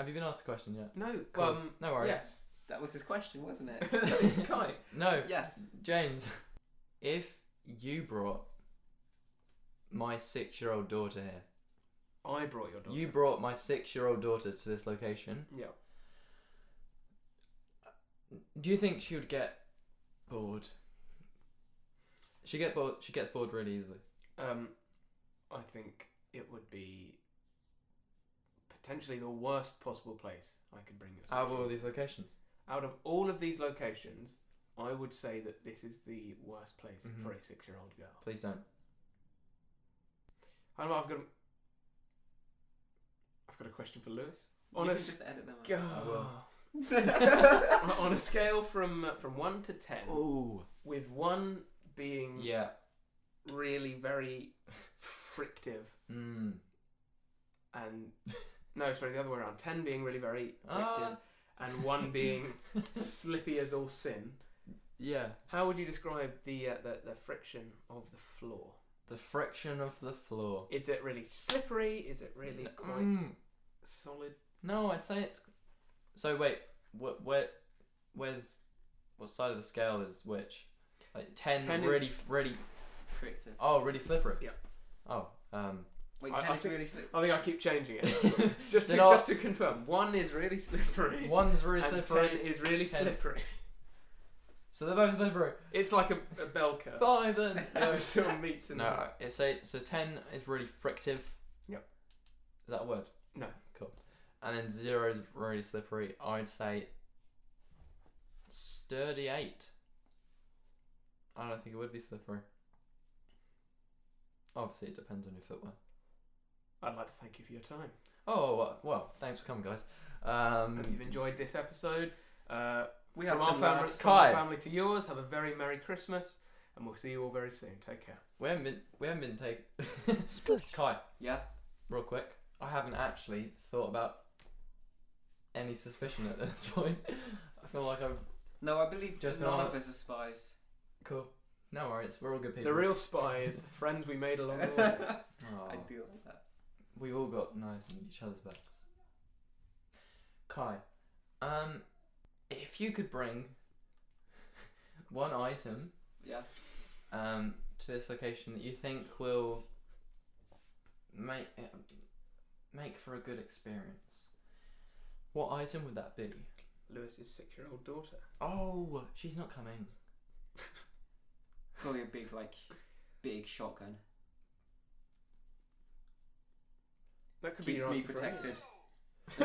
Speaker 3: have you been asked a question yet?
Speaker 1: No.
Speaker 3: Cool.
Speaker 1: Um.
Speaker 3: No worries.
Speaker 1: Yes.
Speaker 2: That was his question, wasn't it?
Speaker 1: Kai.
Speaker 3: No,
Speaker 2: yes.
Speaker 3: James, if you brought my six-year-old daughter here,
Speaker 1: I brought your dog.
Speaker 3: you brought my six-year-old daughter to this location.
Speaker 1: Yeah.
Speaker 3: Do you think she would get bored? She get bored. She gets bored really easily.
Speaker 1: Um, I think it would be potentially the worst possible place I could bring your
Speaker 3: Out of
Speaker 1: son
Speaker 3: all
Speaker 1: to.
Speaker 3: these locations.
Speaker 1: Out of all of these locations, I would say that this is the worst place
Speaker 3: Mhm.
Speaker 1: for a six-year-old girl.
Speaker 3: Please don't.
Speaker 1: I know I've got. A... I've got a question for Lewis.
Speaker 2: you can
Speaker 1: Honest-
Speaker 2: just edit them
Speaker 3: will.
Speaker 2: out.
Speaker 1: on a scale from uh, from one to ten,
Speaker 3: Oh.
Speaker 1: with one being
Speaker 3: Yeah.
Speaker 1: really very frictive
Speaker 3: Mm.
Speaker 1: and no, sorry, the other way around. Ten being really very frictive,
Speaker 3: Ah.
Speaker 1: and one being slippy as all sin.
Speaker 3: yeah.
Speaker 1: How would you describe the, uh, the the friction of the floor?
Speaker 3: The friction of the floor.
Speaker 1: Is it really slippery? Is it really quite
Speaker 3: Mm.
Speaker 1: solid?
Speaker 3: No, I'd say it's. So wait, what? Where? Where's? What side of the scale is which? Like ten,
Speaker 1: 10 is-
Speaker 3: really, really.
Speaker 2: Correct.
Speaker 3: Oh, really slippery.
Speaker 1: Yeah.
Speaker 3: Oh. Um.
Speaker 2: Wait,
Speaker 1: I- I
Speaker 2: ten is
Speaker 1: think-
Speaker 2: really slick.
Speaker 1: I think I keep changing it just to
Speaker 3: Then I'll-
Speaker 1: just to confirm. One is really slippery.
Speaker 3: One's really
Speaker 1: and
Speaker 3: slippery.
Speaker 1: ten is really
Speaker 3: 10.
Speaker 1: slippery.
Speaker 3: So they're both slippery.
Speaker 1: It's like a, a bell curve.
Speaker 3: Five then.
Speaker 1: No, sort of meets in the middle.
Speaker 3: No, it's a, so ten is really frictive.
Speaker 1: Mm. Yep.
Speaker 3: Is that a word?
Speaker 1: No.
Speaker 3: Cool. And then zero is really slippery. I'd say sturdy eight. I don't think it would be slippery. Obviously, it depends on your footwear.
Speaker 1: I'd like to thank you for your time.
Speaker 3: Oh well, well thanks for coming, guys.
Speaker 1: Hope you've
Speaker 3: Um,
Speaker 1: enjoyed this episode. Uh,
Speaker 2: We had
Speaker 1: from our
Speaker 2: some
Speaker 1: family,
Speaker 2: laughs.
Speaker 1: from our
Speaker 3: Kai.
Speaker 1: family to yours, have a very Merry Christmas, and we'll see you all very soon. Take care.
Speaker 3: we haven't been we haven't been take Kai
Speaker 2: Yeah.
Speaker 3: real quick. I haven't actually thought about any suspicion at this point. I feel like I've
Speaker 2: No, I believe
Speaker 3: Just
Speaker 2: none
Speaker 3: not-
Speaker 2: of us are spies.
Speaker 3: Cool. No worries. We're all good people.
Speaker 1: The real spy is the friends we made along the way.
Speaker 2: I
Speaker 3: Aw,
Speaker 1: Oh.
Speaker 2: do like that.
Speaker 3: we all got knives in each other's backs. Kai, um, if you could bring one item
Speaker 2: Yeah.
Speaker 3: um, to this location that you think will make uh, make for a good experience, what item would that be?
Speaker 1: Lewis's six-year-old daughter.
Speaker 3: Oh, she's not coming.
Speaker 2: Probably a big like big shotgun.
Speaker 1: That could be
Speaker 2: Keeps
Speaker 1: your
Speaker 2: me
Speaker 1: answer for it.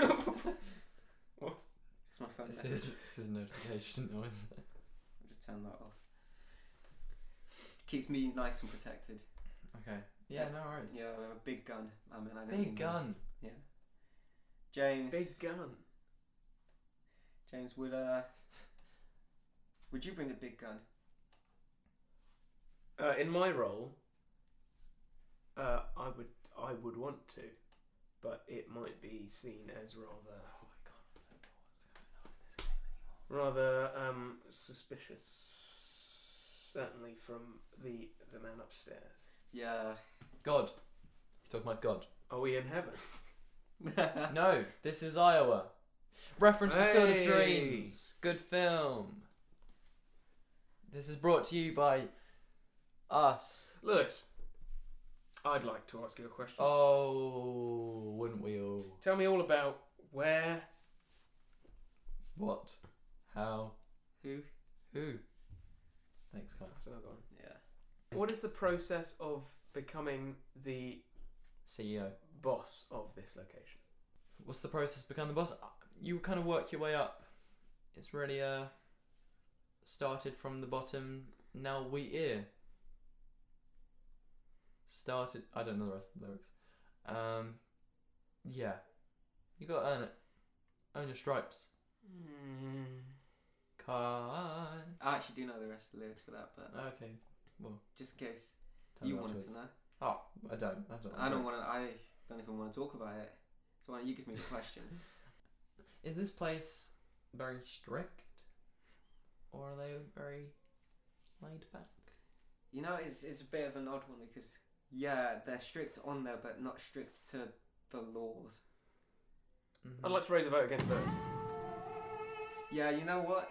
Speaker 2: protected. It's my phone
Speaker 3: This
Speaker 2: message.
Speaker 3: is this is notification noise.
Speaker 2: I'll just turn that off. Keeps me nice and protected.
Speaker 3: Okay. Yeah. No worries.
Speaker 2: Yeah, a big gun. I mean, I don't
Speaker 3: Big
Speaker 2: mean- uh,
Speaker 3: gun.
Speaker 2: Yeah. James.
Speaker 1: Big gun.
Speaker 2: James, would uh, would you bring a big gun?
Speaker 1: Uh, in my role, uh, I would I would want to, but it might be seen as rather oh, rather um, suspicious. Certainly from the the man upstairs.
Speaker 2: Yeah.
Speaker 3: God. He's talking about God.
Speaker 1: Are we in heaven?
Speaker 3: No, this is Iowa. Reference to Field of
Speaker 1: Hey.
Speaker 3: Dreams. Good film. This is brought to you by us.
Speaker 1: Lewis, I'd like to ask you a question.
Speaker 3: Oh, wouldn't we all?
Speaker 1: Tell me all about where,
Speaker 3: What? How?
Speaker 2: Who?
Speaker 3: Who? Thanks, Kyle.
Speaker 1: that's another one.
Speaker 2: Yeah.
Speaker 1: What is the process of becoming the
Speaker 3: CEO.
Speaker 1: boss of this location?
Speaker 3: E what's the process to become the boss? Uh, You kind of work your way up. It's really uh started from the bottom. Now we here. Started. I don't know the rest of the lyrics. Um, yeah, you got to earn it. Earn your stripes. Hmm. Kai.
Speaker 2: I actually do know the rest of the lyrics for that, but
Speaker 3: Okay.
Speaker 2: just in case
Speaker 3: tell
Speaker 2: you
Speaker 3: me
Speaker 2: wanted
Speaker 3: afterwards.
Speaker 2: to know,
Speaker 3: Oh, I don't. I don't.
Speaker 2: I don't want to. I don't even want to talk about it. So why don't you give me the question?
Speaker 3: Is this place very strict, or are they very laid back?
Speaker 2: you know, it's it's a bit of an odd one because yeah, they're strict on there, but not strict to the laws.
Speaker 3: Mhm.
Speaker 1: I'd like to raise a vote against that.
Speaker 3: Mm-hmm.
Speaker 2: Yeah, you know what?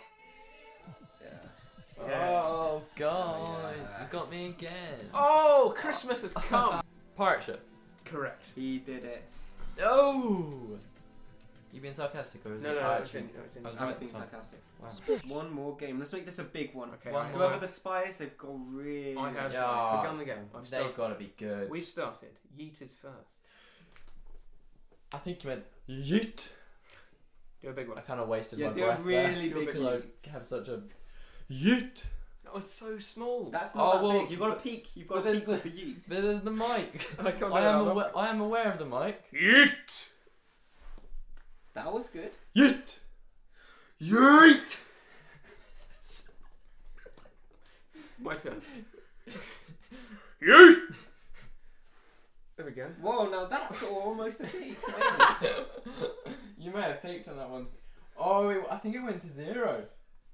Speaker 2: Yeah.
Speaker 3: Oh, guys,
Speaker 2: Oh, yeah.
Speaker 3: you got me again.
Speaker 1: Oh, Christmas has come.
Speaker 3: Pirate ship.
Speaker 1: Correct.
Speaker 2: He did it.
Speaker 3: Oh! You being sarcastic or is
Speaker 1: No,
Speaker 3: it
Speaker 1: no, no,
Speaker 3: I
Speaker 1: I
Speaker 3: actually-
Speaker 1: didn't. I didn't.
Speaker 3: I
Speaker 2: I was
Speaker 3: right,
Speaker 2: being
Speaker 3: fine.
Speaker 2: sarcastic.
Speaker 3: Wow.
Speaker 2: One more game. Let's make this a big one.
Speaker 1: Okay,
Speaker 3: One
Speaker 1: I-
Speaker 3: more.
Speaker 2: Whoever the spies, they've got really.
Speaker 1: I have
Speaker 3: Yeah.
Speaker 1: begun the game. I've
Speaker 3: They've
Speaker 1: started.
Speaker 3: got to be good.
Speaker 1: We've started. Yeet is first.
Speaker 3: I think you meant yeet.
Speaker 1: Do a big
Speaker 3: I
Speaker 1: one.
Speaker 3: kind of wasted
Speaker 2: Yeah,
Speaker 3: my
Speaker 2: do a
Speaker 3: breath there.
Speaker 2: really
Speaker 1: Do a big
Speaker 2: big.
Speaker 3: Because
Speaker 2: leap.
Speaker 3: I have such a yeet.
Speaker 1: That was so small.
Speaker 2: That's
Speaker 3: Oh,
Speaker 2: not that
Speaker 3: well,
Speaker 2: big. You've got to peek. You've got
Speaker 3: but
Speaker 2: to peek
Speaker 3: there's
Speaker 2: with the yeet.
Speaker 3: But There's the mic.
Speaker 1: I can't
Speaker 3: I
Speaker 1: do
Speaker 3: am
Speaker 1: that.
Speaker 3: aware. I am aware of the mic.
Speaker 1: Yeet.
Speaker 2: That was good.
Speaker 3: Yeet.
Speaker 2: Yeet.
Speaker 1: My turn. Yeet. There we go.
Speaker 2: Whoa! Now that's almost a peek.
Speaker 3: you may have peaked on that one. Oh, it, I think it went to zero.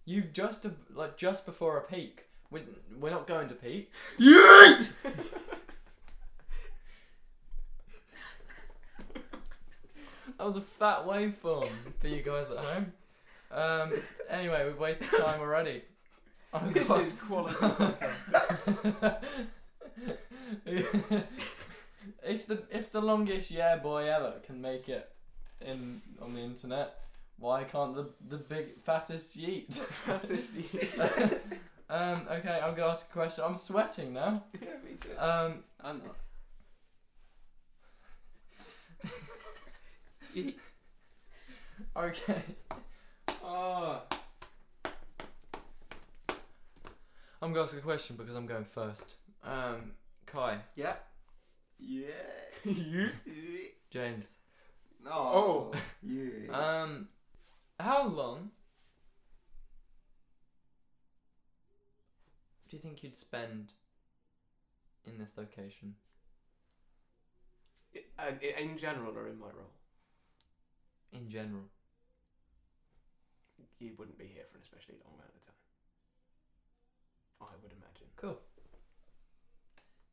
Speaker 3: You just ab- like just before a peak. We're, we're not going to peak.
Speaker 2: yeet.
Speaker 3: That was a fat waveform for you guys at home. Um, anyway, we've wasted time already. Oh,
Speaker 1: This
Speaker 3: God.
Speaker 1: is quality. podcasting.
Speaker 3: if the if the longest yeah boy ever can make it in on the internet, why can't the the big fattest yeet?
Speaker 1: Baptist yeet.
Speaker 3: um, okay, I'm gonna ask a question. I'm sweating now.
Speaker 1: yeah, me too.
Speaker 3: Um,
Speaker 2: I'm not.
Speaker 1: Yeet.
Speaker 3: okay. Oh. I'm gonna ask a question because I'm going first. Um, Kai,
Speaker 2: Yeah. Yeah.
Speaker 3: James,
Speaker 2: No.
Speaker 1: Oh.
Speaker 2: Yeah.
Speaker 3: Um, how long do you think you'd spend in this location?
Speaker 1: Um, i- in general or in my role,
Speaker 3: In general,
Speaker 1: you wouldn't be here for an especially long amount of time. I would imagine.
Speaker 3: cool.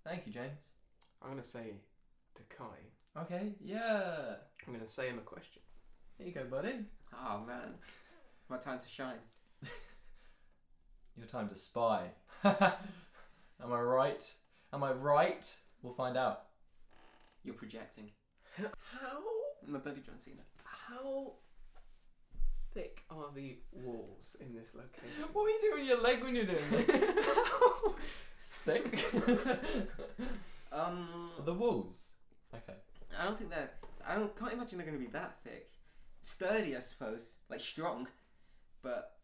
Speaker 3: Thank you, James.
Speaker 1: I'm going to say to Kai,
Speaker 3: Okay, yeah.
Speaker 1: I'm going to say him a question.
Speaker 3: There you go, buddy.
Speaker 2: oh man. My time to shine.
Speaker 3: Your time to spy. Am I right? Am I right? We'll find out.
Speaker 2: You're projecting.
Speaker 1: How
Speaker 2: No, don't do John Cena.
Speaker 1: how thick are the walls in this location?
Speaker 3: What are you doing with your leg when you're doing Thick.
Speaker 2: Um.
Speaker 3: the walls. Okay.
Speaker 2: I don't think that. I don't. Can't imagine they're going to be that thick. Sturdy, I suppose. Like strong, but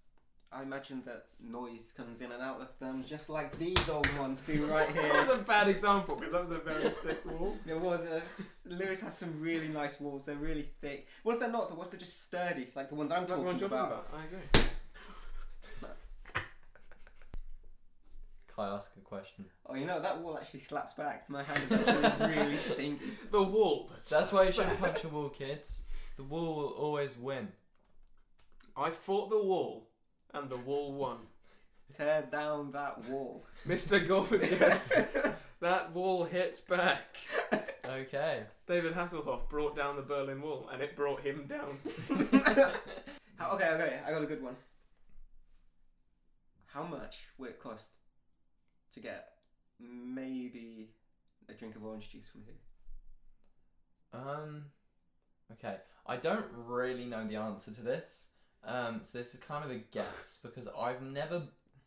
Speaker 2: I imagine that noise comes in and out of them, just like these old ones do right
Speaker 1: that was
Speaker 2: here.
Speaker 1: a bad example because that was a very thick wall.
Speaker 2: There was a Lewis has some really nice walls. They're really thick. What if they're not? though? What if they're just sturdy, like the ones I'm
Speaker 1: That's what
Speaker 2: talking
Speaker 1: I'm
Speaker 2: about?
Speaker 1: talking about. I agree.
Speaker 3: Kai, ask a question.
Speaker 2: Oh, you know that wall actually slaps back. My hand is actually really stinky.
Speaker 1: The wall.
Speaker 3: That's why you shouldn't punch the wall, kids. The wall will always win.
Speaker 1: I fought the wall, and the wall won.
Speaker 2: Tear down that wall.
Speaker 1: Mr. Gorbachev, that wall hit back.
Speaker 3: Okay.
Speaker 1: David Hasselhoff brought down the Berlin Wall, and it brought him down.
Speaker 2: How, okay, okay, I got a good one. How much would it cost to get maybe a drink of orange juice from here?
Speaker 3: Um. Okay. I don't really know the answer to this. Um. So this is kind of a guess because I've never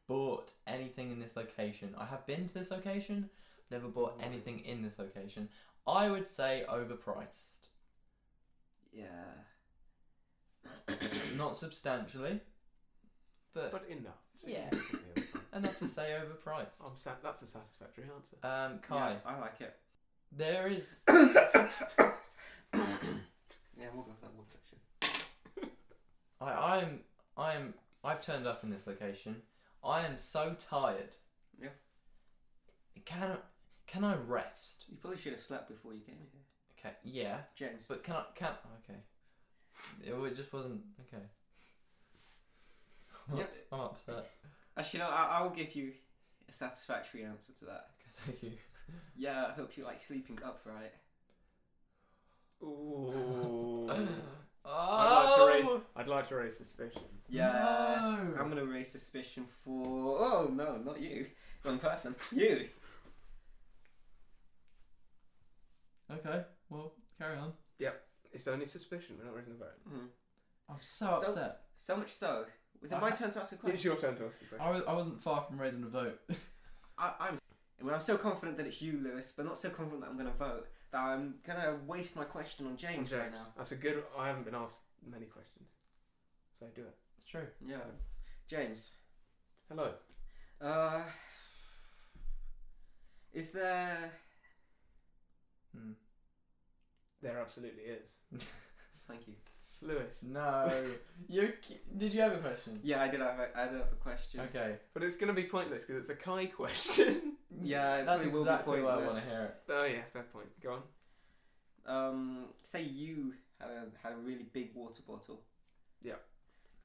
Speaker 3: bought anything in this location. I have been to this location. Never bought anything in this location. I would say overpriced.
Speaker 2: Yeah,
Speaker 3: Not substantially, but,
Speaker 1: But enough.
Speaker 3: Yeah. Oh.
Speaker 1: Significantly overpriced.
Speaker 3: enough to say overpriced.
Speaker 1: I'm sat. That's a satisfactory answer.
Speaker 3: Um, Kai,
Speaker 2: Yeah, I like it.
Speaker 3: there is.
Speaker 2: Yeah, we'll go with that one section.
Speaker 3: I, I'm. I'm. I've turned up in this location. I am so tired.
Speaker 2: Yeah.
Speaker 3: Can can I rest?
Speaker 2: You probably should have slept before you came here.
Speaker 3: Okay. Yeah.
Speaker 2: James,
Speaker 3: But can I? Can okay? It wa- just wasn't okay. I'm,
Speaker 2: Yeah.
Speaker 3: ups- I'm upset. Okay,
Speaker 2: actually, no, I, I will give you a satisfactory answer to that.
Speaker 3: thank you.
Speaker 2: Yeah, I hope you like sleeping upright.
Speaker 1: Ooh.
Speaker 3: oh,
Speaker 1: I'd like to raise. I'd like to raise suspicion.
Speaker 2: Yeah.
Speaker 3: No.
Speaker 2: I'm gonna raise suspicion for. Oh no, not you. Wrong person. You.
Speaker 3: Okay. Well, carry on.
Speaker 1: It's only suspicion. We're not raising a vote.
Speaker 2: Hmm.
Speaker 3: I'm so,
Speaker 2: So-
Speaker 3: upset.
Speaker 2: So much so. Was it my
Speaker 3: I-
Speaker 2: turn to ask a question?
Speaker 1: It's your turn to ask a question.
Speaker 3: I, was, I wasn't far from raising a vote.
Speaker 2: I, I'm. Well, I'm so confident that it's you, Lewis, but not so confident that I'm gonna vote. That I'm gonna waste my question on
Speaker 1: I'm
Speaker 2: James, right
Speaker 1: James.
Speaker 2: now.
Speaker 1: That's a good. I haven't been asked many questions, so do it.
Speaker 3: it's true.
Speaker 2: Yeah, James.
Speaker 1: Hello.
Speaker 2: Uh, is there?
Speaker 3: Hmm.
Speaker 1: There absolutely is.
Speaker 2: Thank you.
Speaker 1: Lewis.
Speaker 3: No. you ki- did you have a question?
Speaker 2: Yeah, I did have. A, I did have a question.
Speaker 3: Okay.
Speaker 1: But it's going to be pointless because it's a Kai question.
Speaker 2: Yeah, it
Speaker 3: that's
Speaker 2: probably will be
Speaker 3: exactly why I want to
Speaker 2: pointless.
Speaker 3: hear it.
Speaker 1: oh yeah, fair point. Go on.
Speaker 2: um, say you had a, had a really big water bottle.
Speaker 1: Yeah.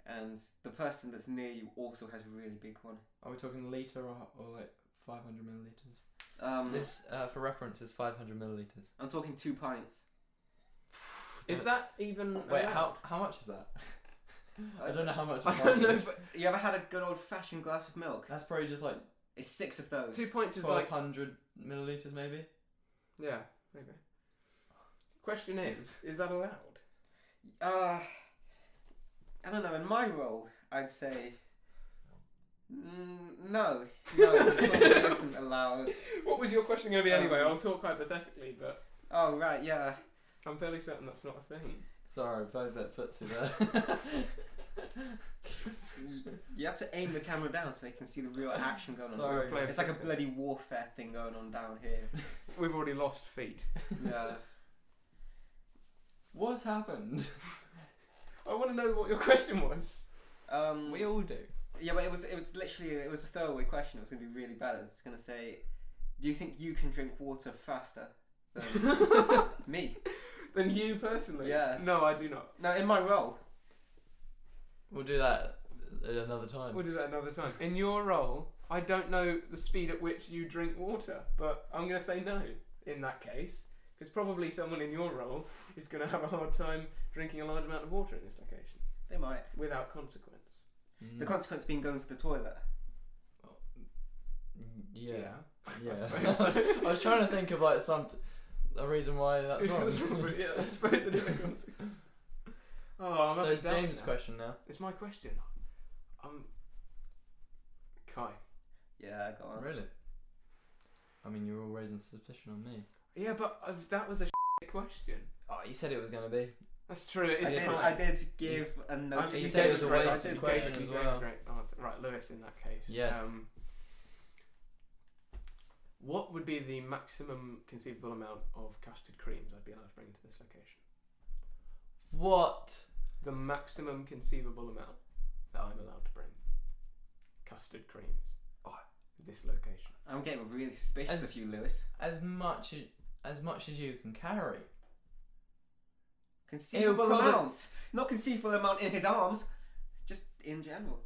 Speaker 2: And the person that's near you also has a really big one.
Speaker 3: Are we talking liter or, or like 500 milliliters?
Speaker 2: Um,
Speaker 3: This, uh, for reference, is 500 milliliters.
Speaker 2: I'm talking two pints.
Speaker 1: Is that even?
Speaker 3: Wait,
Speaker 1: allowed?
Speaker 3: how how much is that? I don't know how much.
Speaker 1: I
Speaker 3: a
Speaker 1: don't
Speaker 3: pint
Speaker 1: know.
Speaker 3: is.
Speaker 1: But
Speaker 2: You ever had a good old fashioned glass of milk?
Speaker 3: That's probably just like
Speaker 2: It's six of those.
Speaker 1: two points is
Speaker 3: twelve
Speaker 1: like
Speaker 3: hundred milliliters, maybe.
Speaker 1: yeah. Maybe. Question is, is that allowed?
Speaker 2: Uh, I don't know. In my role, I'd say. Mm, no, no, it probably isn't allowed.
Speaker 1: What was your question going to be anyway?
Speaker 2: Um,
Speaker 1: I'll talk hypothetically, but
Speaker 2: Oh right, yeah.
Speaker 1: I'm fairly certain that's not a thing.
Speaker 3: Sorry, I played that footsie there.
Speaker 2: You- You have to aim the camera down so they can see the real action going on.
Speaker 3: Sorry.
Speaker 1: Play
Speaker 2: It's like a
Speaker 1: footsie.
Speaker 2: bloody warfare thing going on down here.
Speaker 1: We've already lost feet.
Speaker 2: Yeah.
Speaker 3: What's happened?
Speaker 1: I want to know what your question was.
Speaker 2: Um,
Speaker 3: We all do.
Speaker 2: yeah, but it was it was literally it was a throwaway question. It was gonna be really bad. I was just gonna say, do you think you can drink water faster than me?
Speaker 1: Then you personally?
Speaker 2: Yeah.
Speaker 1: No, I do not.
Speaker 2: No, in my role.
Speaker 3: We'll do that at another time.
Speaker 2: Um,
Speaker 1: We'll do that another time. In your role, I don't know the speed at which you drink water, but I'm going to say no in that case, because probably someone in your role is going to have a hard time drinking a large amount of water in this location
Speaker 2: They might.
Speaker 1: without consequence.
Speaker 3: Mm.
Speaker 2: The consequence being going to the toilet.
Speaker 3: Mm, yeah. Yeah. I,
Speaker 1: I
Speaker 3: was,
Speaker 1: suppose.
Speaker 3: I was trying to think of like some a reason why that's
Speaker 1: That's
Speaker 3: wrong.
Speaker 1: probably- yeah, I suppose it is a consequence. Oh, I'm
Speaker 3: so
Speaker 1: up
Speaker 3: it's
Speaker 1: and down
Speaker 3: James'
Speaker 1: now.
Speaker 3: question now.
Speaker 1: It's my question. I'm Kai.
Speaker 2: Yeah, go on.
Speaker 3: Really? I mean, you're all raising suspicion on me.
Speaker 1: Yeah, but uh, that was a question.
Speaker 3: Oh, you said it was gonna be.
Speaker 1: That's true. It
Speaker 2: I
Speaker 1: is
Speaker 2: did,
Speaker 1: Kai.
Speaker 2: I did give a
Speaker 1: I
Speaker 2: note.
Speaker 1: mean,
Speaker 3: He
Speaker 1: you
Speaker 3: said it
Speaker 1: gave
Speaker 3: was
Speaker 1: a
Speaker 3: a
Speaker 1: great- you
Speaker 3: wasted
Speaker 1: gave-
Speaker 3: question
Speaker 1: you
Speaker 3: as
Speaker 1: gave a
Speaker 3: well.
Speaker 1: Great answer. Right, Lewis. In that case,
Speaker 3: Yes.
Speaker 1: Um, what would be the maximum conceivable amount of custard creams I'd be allowed to bring into this location?
Speaker 3: What?
Speaker 1: The maximum conceivable amount that I'm allowed to bring custard creams. Oh, this location.
Speaker 2: I'm getting really suspicious
Speaker 3: As-
Speaker 2: of you, Lewis.
Speaker 3: As much as as much as you can carry.
Speaker 2: Conceivable
Speaker 3: probably-
Speaker 2: amount, not conceivable amount in his arms, just in general.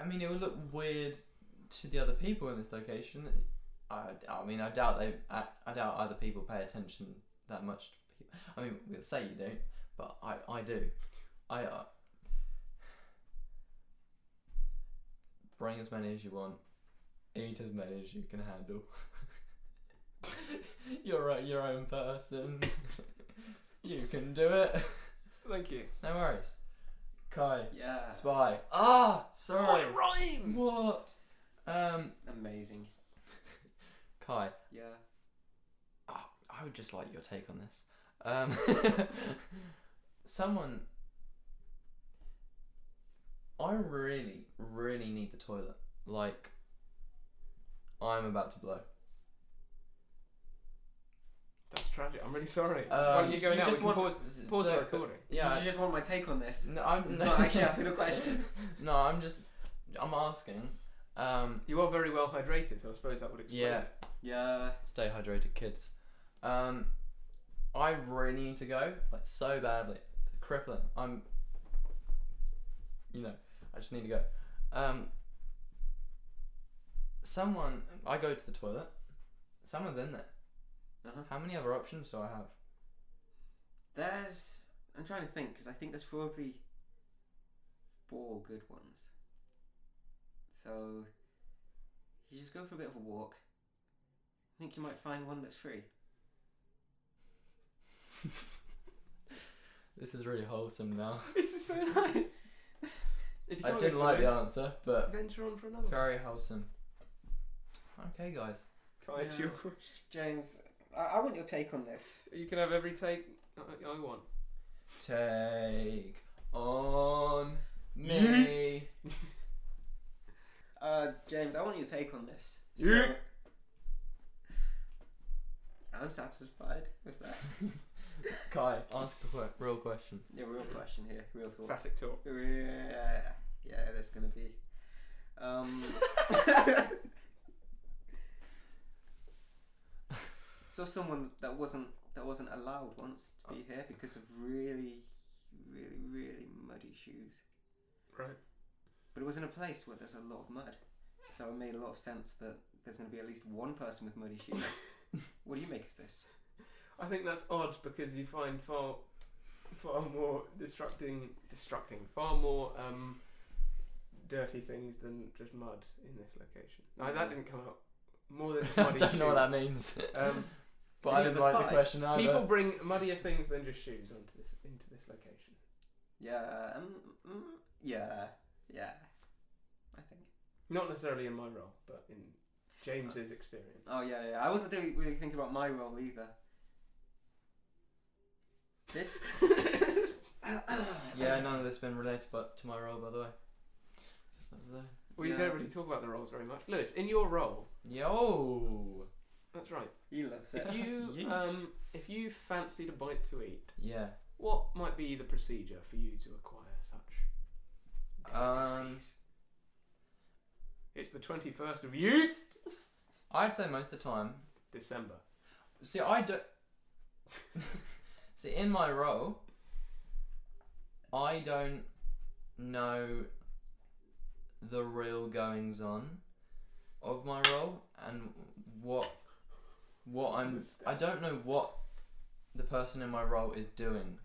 Speaker 3: I mean, it would look weird to the other people in this location. I, I mean, I doubt they. I, I doubt other people pay attention that much. To people. I mean, we say you do, but I, I do. I. Uh, bring as many as you want. Eat as many as you can handle. you're a, your own person. you can do it.
Speaker 1: Thank you.
Speaker 3: No worries. Kai,
Speaker 2: Yeah.
Speaker 3: spy. Ah, sorry.
Speaker 1: rhyme!
Speaker 3: What? Um,
Speaker 2: Amazing.
Speaker 3: Kai,
Speaker 2: Yeah.
Speaker 3: oh, I would just like your take on this. Um, someone I really, really need the toilet. Like, I'm about to blow.
Speaker 1: That's tragic. I'm really sorry.
Speaker 3: Um,
Speaker 1: While you're going
Speaker 2: you
Speaker 1: out,
Speaker 2: just
Speaker 1: we can
Speaker 2: want-
Speaker 1: pause, pause
Speaker 3: so-
Speaker 1: the recording.
Speaker 3: Yeah. Mm.
Speaker 2: you just want my take on this.
Speaker 3: No, I'm
Speaker 2: It's not actually asking a question.
Speaker 3: No, I'm just, I'm asking. Um,
Speaker 1: You are very well hydrated, so I suppose that would explain.
Speaker 3: yeah,
Speaker 1: it.
Speaker 2: Yeah.
Speaker 3: stay hydrated, kids. Um, I really need to go, like so badly, crippling. I'm, you know, I just need to go. Um, someone, I go to the toilet. Someone's in there.
Speaker 2: Uh-huh.
Speaker 3: How many other options do I have?
Speaker 2: There's. I'm trying to think because I think there's probably four good ones. So you just go for a bit of a walk. I think you might find one that's free.
Speaker 3: This is really wholesome now.
Speaker 1: This is so nice. If you
Speaker 3: I
Speaker 1: can't
Speaker 3: didn't
Speaker 1: go to
Speaker 3: like the
Speaker 1: toilet,
Speaker 3: answer, but
Speaker 1: Venture on for another. one.
Speaker 3: very wholesome. Okay, guys.
Speaker 1: Can I answer your
Speaker 2: Yeah.
Speaker 1: question?
Speaker 2: James, I, I want your take on this.
Speaker 1: You can have every take I, I want.
Speaker 3: Take on me.
Speaker 2: Yeet. Uh, James, I want your take on this. So, I'm satisfied with that.
Speaker 3: Kai, ask a que- real question.
Speaker 2: Yeah, real question here, real talk.
Speaker 1: Fatic talk.
Speaker 2: Yeah, yeah, there's gonna be. Um, so someone that wasn't that wasn't allowed once to be here because of really, really, really muddy shoes.
Speaker 1: Right.
Speaker 2: But it was in a place where there's a lot of mud, so it made a lot of sense that there's gonna be at least one person with muddy shoes. what do you make of this?
Speaker 1: I think that's odd because you find far, far more destructing, destructing, far more um, dirty things than just mud in this location. No, that didn't come out. More than just
Speaker 3: Mm. I
Speaker 1: muddy
Speaker 3: don't know what that
Speaker 1: shoes.
Speaker 3: means,
Speaker 1: Um,
Speaker 3: but
Speaker 2: Is
Speaker 3: I
Speaker 2: it
Speaker 3: didn't
Speaker 2: the
Speaker 3: like the
Speaker 2: sky?
Speaker 3: question either.
Speaker 1: people bring muddier things than just shoes onto this into this location.
Speaker 2: Yeah, um, mm, yeah, yeah. I think.
Speaker 1: Not necessarily in my role, but in
Speaker 3: Uh.
Speaker 1: James's experience.
Speaker 2: Oh yeah, yeah. I wasn't really, really thinking about my role either. This.
Speaker 3: yeah, none of this has been related but to my role, by the way. Just that was there.
Speaker 1: We
Speaker 2: Yeah.
Speaker 1: don't really talk about the roles very much. Lewis, in your role,
Speaker 3: Yo!
Speaker 1: that's right.
Speaker 2: He loves it.
Speaker 1: If you
Speaker 3: Yeet.
Speaker 1: um, if you fancied a bite to eat,
Speaker 3: Yeah.
Speaker 1: What might be the procedure for you to acquire such delicacies?
Speaker 3: Um,
Speaker 1: it's the 21st of you
Speaker 3: I'd say most of the time.
Speaker 1: December.
Speaker 3: See, I don't. See, in my role, I don't know the real goings on of my role and what what I'm. I don't know what the person in my role is doing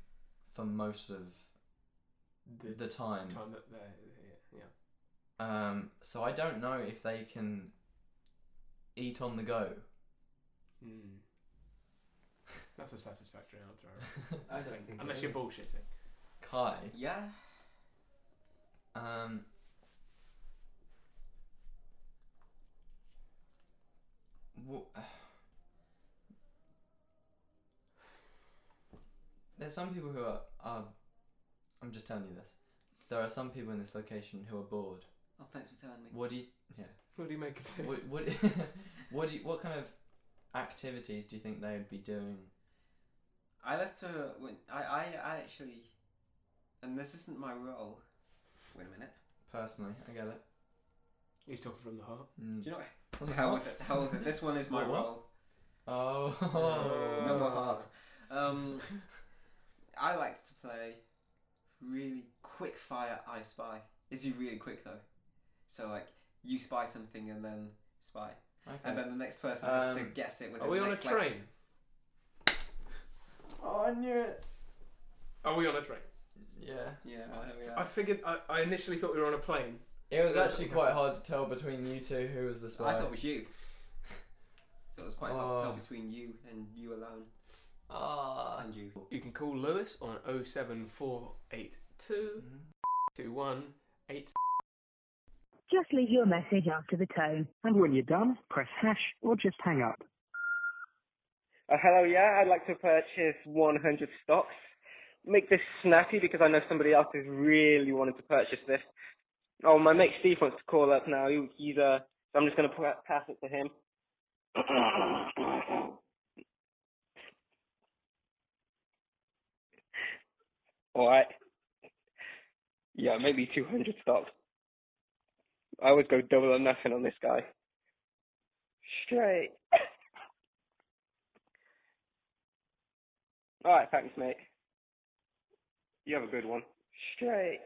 Speaker 3: for most of
Speaker 1: the,
Speaker 3: the time.
Speaker 1: time that they're here. Yeah.
Speaker 3: Um, so I don't know if they can eat on the go.
Speaker 1: Mm. That's a satisfactory answer. I
Speaker 2: I
Speaker 1: reckon.
Speaker 2: don't think.
Speaker 1: Unless
Speaker 2: it
Speaker 1: you're
Speaker 2: is.
Speaker 1: bullshitting.
Speaker 3: Kai,
Speaker 2: Yeah.
Speaker 3: um, Wha There's some people who are, are. I'm just telling you this. There are some people in this location who are bored.
Speaker 2: Oh, thanks for telling me.
Speaker 3: What do you? Yeah.
Speaker 1: What do you make of this?
Speaker 3: What what, what do you, What kind of activities do you think they would be doing?
Speaker 2: I left to when I, I I actually, and this isn't my role. Wait a minute.
Speaker 3: Personally, I get it.
Speaker 1: You're talking from the heart.
Speaker 2: Do
Speaker 3: Mm.
Speaker 2: you know what? To hell with it. To hell with it. This one is my
Speaker 3: Wait, what?
Speaker 2: role.
Speaker 3: Oh.
Speaker 2: No more hearts. Um, I liked to play really quick fire I spy. It's you really quick though. So like you spy something and then spy.
Speaker 3: Okay.
Speaker 2: And then the next person has to
Speaker 3: Um,
Speaker 2: guess it with
Speaker 1: Are we
Speaker 2: the
Speaker 1: on a
Speaker 2: next
Speaker 1: train?
Speaker 2: like Oh I knew it.
Speaker 1: Are we on a train?
Speaker 3: yeah.
Speaker 2: Yeah, there we
Speaker 1: I
Speaker 2: are.
Speaker 1: figured. I, I initially thought we were on a plane.
Speaker 3: It was
Speaker 1: Yeah.
Speaker 3: actually quite hard to tell between you two who was the spy.
Speaker 2: I thought it was you. So it was quite hard to tell
Speaker 3: Oh.
Speaker 2: between you and you alone.
Speaker 3: Ah.
Speaker 2: And you.
Speaker 1: You can call Lewis on 07482
Speaker 3: Mm-hmm.
Speaker 1: 21
Speaker 4: Just leave your message after the tone.
Speaker 5: And when you're done, press hash or just hang up.
Speaker 6: Uh, hello, yeah, I'd like to purchase 100 stocks. Make this snappy because I know somebody else has really wanted to purchase this. Oh, my mate Steve wants to call up now. He, he's uh, so I'm just gonna pa- pass it to him. All right. Yeah, maybe 200 stops. I always go double or nothing on this guy. Straight. All right, thanks, mate. You have a good one. Straight.